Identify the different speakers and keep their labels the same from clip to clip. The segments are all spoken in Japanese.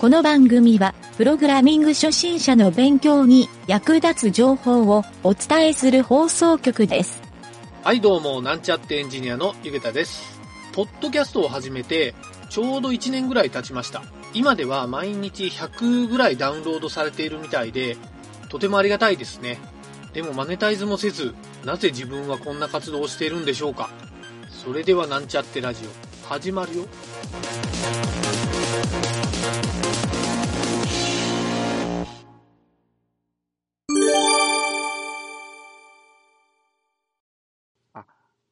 Speaker 1: この番組は、プログラミング初心者の勉強に役立つ情報をお伝えする放送局です。
Speaker 2: はいどうも、なんちゃってエンジニアのゆげたです。ポッドキャストを始めて、ちょうど1年ぐらい経ちました。今では毎日100ぐらいダウンロードされているみたいで、とてもありがたいですね。でもマネタイズもせず、なぜ自分はこんな活動をしているんでしょうか。それではなんちゃってラジオ、始まるよ。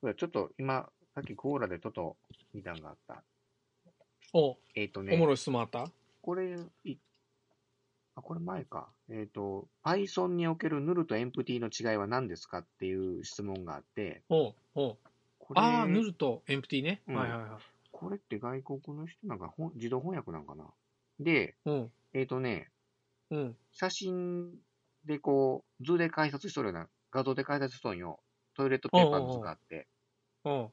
Speaker 3: そうだちょっと今、さっきコーラでちょっと見たんがあった。
Speaker 2: お、
Speaker 3: えっ、と
Speaker 2: おも
Speaker 3: ね、
Speaker 2: ろい質問あった
Speaker 3: これ、いあ、これ前か。えっ、と、Python におけるヌルとエンプティの違いは何ですかっていう質問があって、
Speaker 2: おお
Speaker 3: これ、
Speaker 2: ああ、塗るとエンプティね。
Speaker 3: うん
Speaker 2: はいはいはい。
Speaker 3: これって外国の人なんか本自動翻訳なんかなで、
Speaker 2: うん、
Speaker 3: えっ、とね、
Speaker 2: うん、
Speaker 3: 写真でこう、図で解説しとるような、画像で解説しとんよ。トイレットペーパーの図があって、
Speaker 2: うん、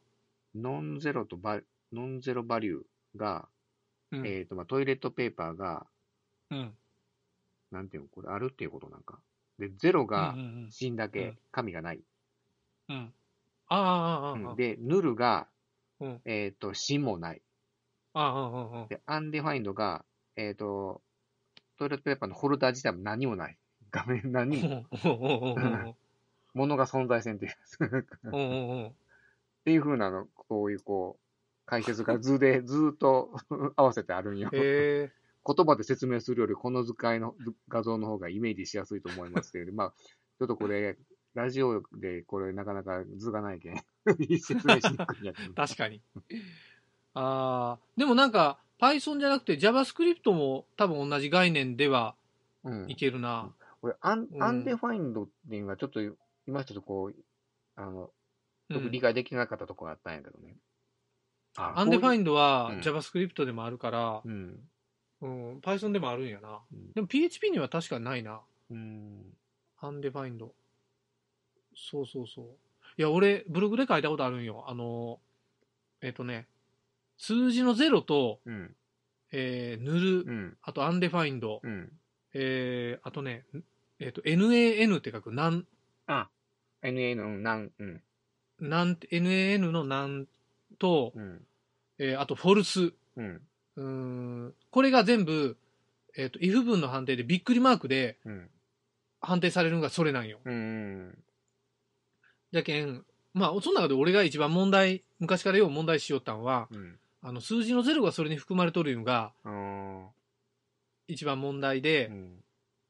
Speaker 3: ノンゼロとバ、ノンゼロバリューが、
Speaker 2: うん、
Speaker 3: えっ、と、まあ、トイレットペーパーが、
Speaker 2: うん。
Speaker 3: なんていうの、これあるっていうことなんか。で、ゼロが
Speaker 2: うんうん
Speaker 3: 芯だ
Speaker 2: う
Speaker 3: け
Speaker 2: ん、
Speaker 3: 紙がない。
Speaker 2: うん、うん。ああ、ああ、ああ、ああ、
Speaker 3: で、ヌルが
Speaker 2: うん、
Speaker 3: えっと、芯もない。
Speaker 2: ああ、ああ。
Speaker 3: で、アンディファインドが、えっと、トイレットペーパーのホルダー自体も何もない。 画面何 ものが存在せんっていう。 っていう風なの、こういうこう、解説が 図でずーっと 合わせてあるんよ。
Speaker 2: え
Speaker 3: 言葉で説明するより、この図解の図画像の方がイメージしやすいと思いますけれど、まあ、ちょっとこれ、ラジオでこれ、なかなか図がないけん、説明しにくいんやけど
Speaker 2: ー、確かに。ああ、でもなんか、Python じゃなくて JavaScript も多分同じ概念では
Speaker 3: うん
Speaker 2: い、けるな。
Speaker 3: これアン、
Speaker 2: うん
Speaker 3: アンデファインドっていうのが、ちょっと、今ちょっとこう、あの、
Speaker 2: う
Speaker 3: よく理
Speaker 2: ん、
Speaker 3: 解できなかったところがあったんやけどね。
Speaker 2: アンデファイ
Speaker 3: ン
Speaker 2: ンドは
Speaker 3: うん
Speaker 2: JavaScript でもあるから、
Speaker 3: ドうん。
Speaker 2: うん、Python でもあるんやな。
Speaker 3: うん
Speaker 2: でも PHP には確かにないな。
Speaker 3: うん。
Speaker 2: アンデファインド。そうそうそう。いや、俺、ブログで書いたことあるんよ。あの、えっ、とね、数字の0と、
Speaker 3: うん。
Speaker 2: えー、塗
Speaker 3: う
Speaker 2: る、
Speaker 3: ん。
Speaker 2: あとアンデファインド、
Speaker 3: うん。
Speaker 2: えー、あとね、んえっ、と、NAN って書く、なん、
Speaker 3: NA の、うんなん、うん。
Speaker 2: なん、NAN のなんと、
Speaker 3: うん。
Speaker 2: えー、あとフォルス。
Speaker 3: うん。
Speaker 2: うーん、これが全部、えっ、と、if 文の判定でびっくりマークで
Speaker 3: うん。
Speaker 2: 判定されるのがそれなんよ。
Speaker 3: うん。
Speaker 2: じゃけん、まあ、その中で俺が一番問題、昔からよう問題しよったんは、
Speaker 3: うん。
Speaker 2: あの、数字の0がそれに含まれとるのが
Speaker 3: あー
Speaker 2: 一番問題で、
Speaker 3: うん。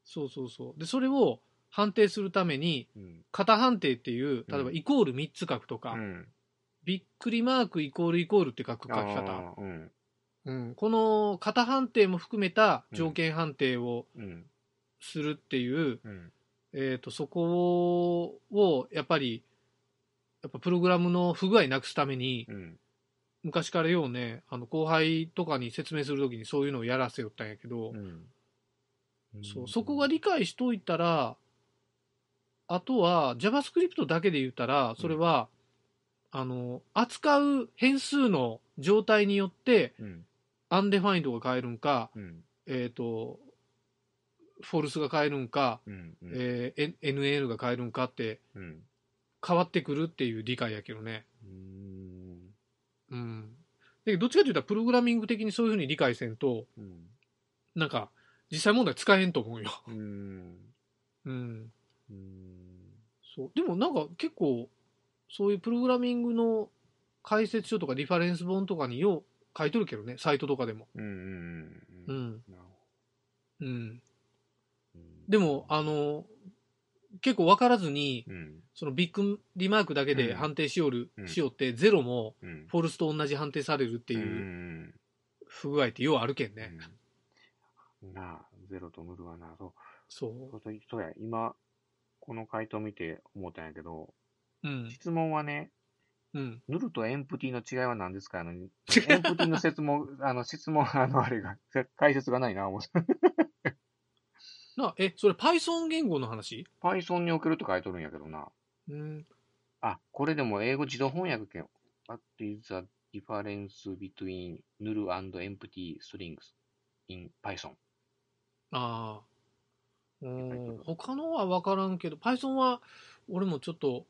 Speaker 2: そうそうそう。で、それを判定するために、
Speaker 3: うん。
Speaker 2: 型判定っていう、例えば
Speaker 3: うん
Speaker 2: イコール3つ書くとか、
Speaker 3: うん。
Speaker 2: びっくりマークイコールイコールって書く書き方。
Speaker 3: あーうん。
Speaker 2: うん、この型判定も含めた条件判定を
Speaker 3: うん。
Speaker 2: するっていう、
Speaker 3: うん。
Speaker 2: えっ、と、そこを、やっぱり、やっぱプログラムの不具合なくすために、
Speaker 3: うん。
Speaker 2: 昔からようね、あの後輩とかに説明するときにそういうのをやらせよったんやけど、
Speaker 3: うん
Speaker 2: そうそこが理解しといたら、あとは JavaScript だけで言ったら、それは、あの、扱う変数の状態によって、
Speaker 3: うん。
Speaker 2: アンデファインドが変えるんか、
Speaker 3: うん。
Speaker 2: えっ、と、フォルスが変えるんか、
Speaker 3: うん。うん
Speaker 2: えー N- NL が変えるんかって
Speaker 3: うん。
Speaker 2: 変わってくるっていう理解やけどね。
Speaker 3: うん。
Speaker 2: うん。だけどどっちかというと、プログラミング的にそういうふうに理解せんと、
Speaker 3: うん。
Speaker 2: なんか、実際問題使えへんと思うよ。
Speaker 3: うん。
Speaker 2: うん。
Speaker 3: うん。
Speaker 2: そう。でもなんか結構、そういうプログラミングの解説書とかリファレンス本とかによう書いとるけどね、サイトとかでも。
Speaker 3: うんうん
Speaker 2: う
Speaker 3: う
Speaker 2: んん。
Speaker 3: なるほ
Speaker 2: うん。
Speaker 3: どうん
Speaker 2: でも、あの、結構分からずに、
Speaker 3: うん
Speaker 2: そのビッグリマークだけで
Speaker 3: うん
Speaker 2: 判定しよる、
Speaker 3: うん
Speaker 2: しよって、ゼロも
Speaker 3: うん
Speaker 2: フォルスと同じ判定されるって
Speaker 3: う
Speaker 2: いうん不具合ってようあるけん
Speaker 3: う
Speaker 2: ね。
Speaker 3: んなあゼロと無ルはなそうそ
Speaker 2: そう
Speaker 3: そうそうや今この回答見て思ったんやけど
Speaker 2: う。うん。
Speaker 3: 質問はね
Speaker 2: うん。
Speaker 3: ヌルとエンプティの違いは何ですかあのエンプ
Speaker 2: 違う
Speaker 3: ティの説問 あの質問あのあれが解説がないな思って
Speaker 2: な、え、それ Python 言語の話
Speaker 3: Python におけると書いとるんやけどな
Speaker 2: うん。
Speaker 3: あこれでも英語自動翻訳けん What is the difference between null and empty strings? in Python。
Speaker 2: ああ。う
Speaker 3: ぱいちょ
Speaker 2: ん
Speaker 3: っと
Speaker 2: 他のは分からんけど、Python は俺もちょっと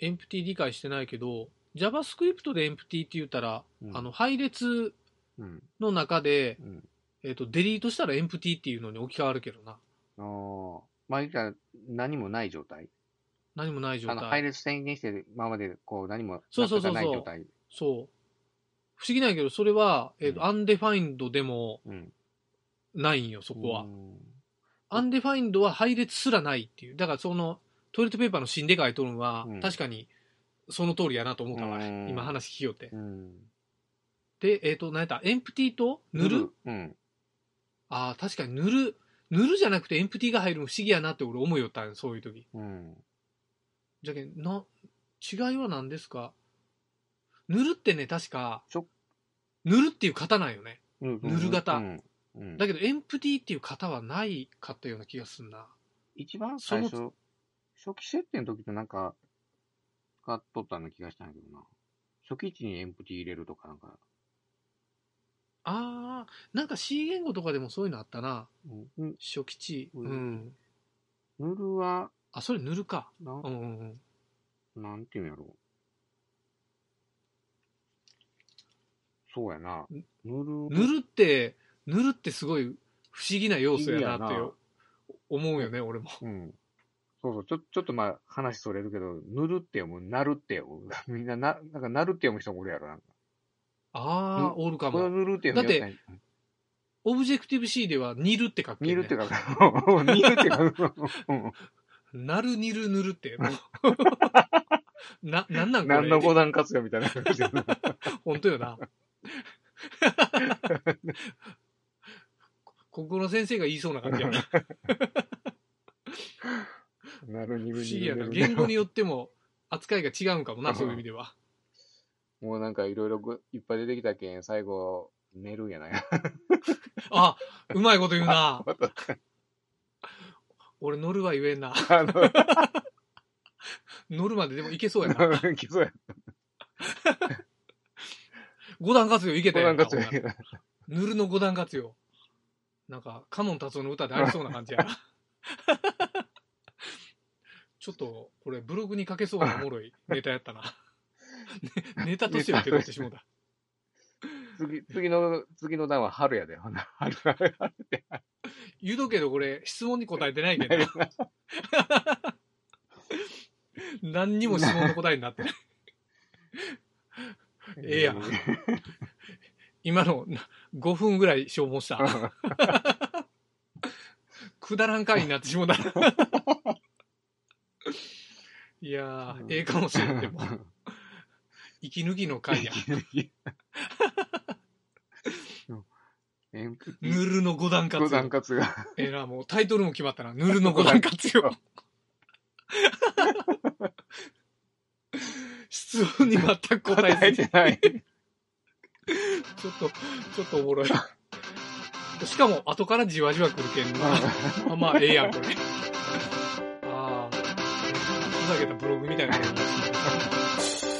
Speaker 2: エンプティ理解してないけど、JavaScript でエンプティって言ったら、
Speaker 3: うん
Speaker 2: あの配列
Speaker 3: うん。
Speaker 2: の中で、
Speaker 3: うん。
Speaker 2: えっとデリートしたらエンプティっていうのに置き換わるけどな。
Speaker 3: あーまあ、言ったら何もない状態。
Speaker 2: 何もない状
Speaker 3: あの、配
Speaker 2: 態。
Speaker 3: 列宣言して、今までこう何も
Speaker 2: そうそうそうそう
Speaker 3: 全くない状態。
Speaker 2: そう。不思議なんやけど、それは、えっと
Speaker 3: うん
Speaker 2: アンデファインドでも
Speaker 3: うん。
Speaker 2: ないんよ、そこは
Speaker 3: う。ん
Speaker 2: アンデファインドは配列すらないっていう。だからそのトイレットペーパーの芯でかいとるのは、
Speaker 3: うん
Speaker 2: 確かにその通りやなと思うから、
Speaker 3: うん
Speaker 2: 今話聞きよって
Speaker 3: う。ん。
Speaker 2: で、えっ、と、何やったエンプティと塗る
Speaker 3: うん。
Speaker 2: ああ、確かに塗る。塗るじゃなくてエンプティが入るの不思議やなって俺思いよったんよそういう時。
Speaker 3: うん。
Speaker 2: じゃけん、な、違いは何ですか塗るってね、確か
Speaker 3: ちょ、
Speaker 2: 塗るっていう型なんよね。
Speaker 3: うん
Speaker 2: 塗る型
Speaker 3: うん。うん
Speaker 2: だけど、エンプティっていう型はないかったような気がすんな。
Speaker 3: 一番
Speaker 2: そ
Speaker 3: 最
Speaker 2: の
Speaker 3: 初、初期設定の時となんか、使っとったような気がしたんやけどな。初期値にエンプティ入れるとかなんか、
Speaker 2: ああ、なんか C 言語とかでもそういうのあったな。
Speaker 3: うん
Speaker 2: 初期値。
Speaker 3: うん
Speaker 2: うん。
Speaker 3: 塗るは、
Speaker 2: あ、それ塗るか。
Speaker 3: な
Speaker 2: うんうんうん。
Speaker 3: なんていうんやろう。そうやな。
Speaker 2: ん
Speaker 3: 塗る。
Speaker 2: 塗るって、塗るってすごい不思議な要素やなって
Speaker 3: 不思
Speaker 2: 思うよね、俺も。
Speaker 3: うん。そうそう。ちょ、ちょっとまあ、話それるけど、塗るって読む、なるって読む。 みんな、な、なんか、なるって読む人もおるやろ。なんか
Speaker 2: ああ、おるか
Speaker 3: これを
Speaker 2: も。
Speaker 3: 塗るって
Speaker 2: だ
Speaker 3: 読むって、
Speaker 2: オブジェクティブ C では煮るって書く
Speaker 3: 煮
Speaker 2: よね
Speaker 3: るって 書く。煮るって書 く。うん
Speaker 2: なる煮る塗るって。な、なんなんこれ。
Speaker 3: 何の五段活用み たいな感じで。
Speaker 2: 本当よな。国語の先生が言いそうな感じやな。
Speaker 3: なるに
Speaker 2: 不
Speaker 3: る
Speaker 2: 思
Speaker 3: に
Speaker 2: 議や
Speaker 3: る
Speaker 2: な。
Speaker 3: に
Speaker 2: 言
Speaker 3: る
Speaker 2: 語によっても扱いが違うんかもな、そういう意味では。
Speaker 3: もうなんかいろいろぐいっぱい出てきたけん、最後、寝るんやない
Speaker 2: あ、うまいこと言う な。俺乗るは言えんな。
Speaker 3: あの、
Speaker 2: 乗るまででもいけそうやな。
Speaker 3: なんかそうや。
Speaker 2: 五段活用いけた
Speaker 3: 五
Speaker 2: やん
Speaker 3: 段
Speaker 2: か。
Speaker 3: 活用やけど
Speaker 2: ほんなら塗るの五段活用。なんか、カモン達夫の歌でありそうな感じやな。 ちょっと、これブログに書けそうなおもろいネタやったな。ねネタとしては受け取ってしもうた。
Speaker 3: 次、次の、次の段は春やで。ほな春、春、春って。
Speaker 2: 言うとくけど、これ質問に答えてないけどな。 何にも質問の答えにな ってない。ええやん今のな5分ぐらい消耗した。 くだらん回になってし もうた。いやー、ええかもしれ ん。でも、息抜きの回 や。
Speaker 3: エンプテ
Speaker 2: ぬ
Speaker 3: ィ
Speaker 2: るの五段活
Speaker 3: 五段
Speaker 2: 用。
Speaker 3: 活用。
Speaker 2: ええな、もうタイトルも決まったな。ぬるの五段活用。質問に全く答
Speaker 3: 答
Speaker 2: え
Speaker 3: え
Speaker 2: ずに、
Speaker 3: てない。
Speaker 2: ちょっと、ちょっとおもろい。しかも、後からじわじわ来るけんな。まあまあ、ええやん、これ。ああ、ふざけたブログみたいなのやりました。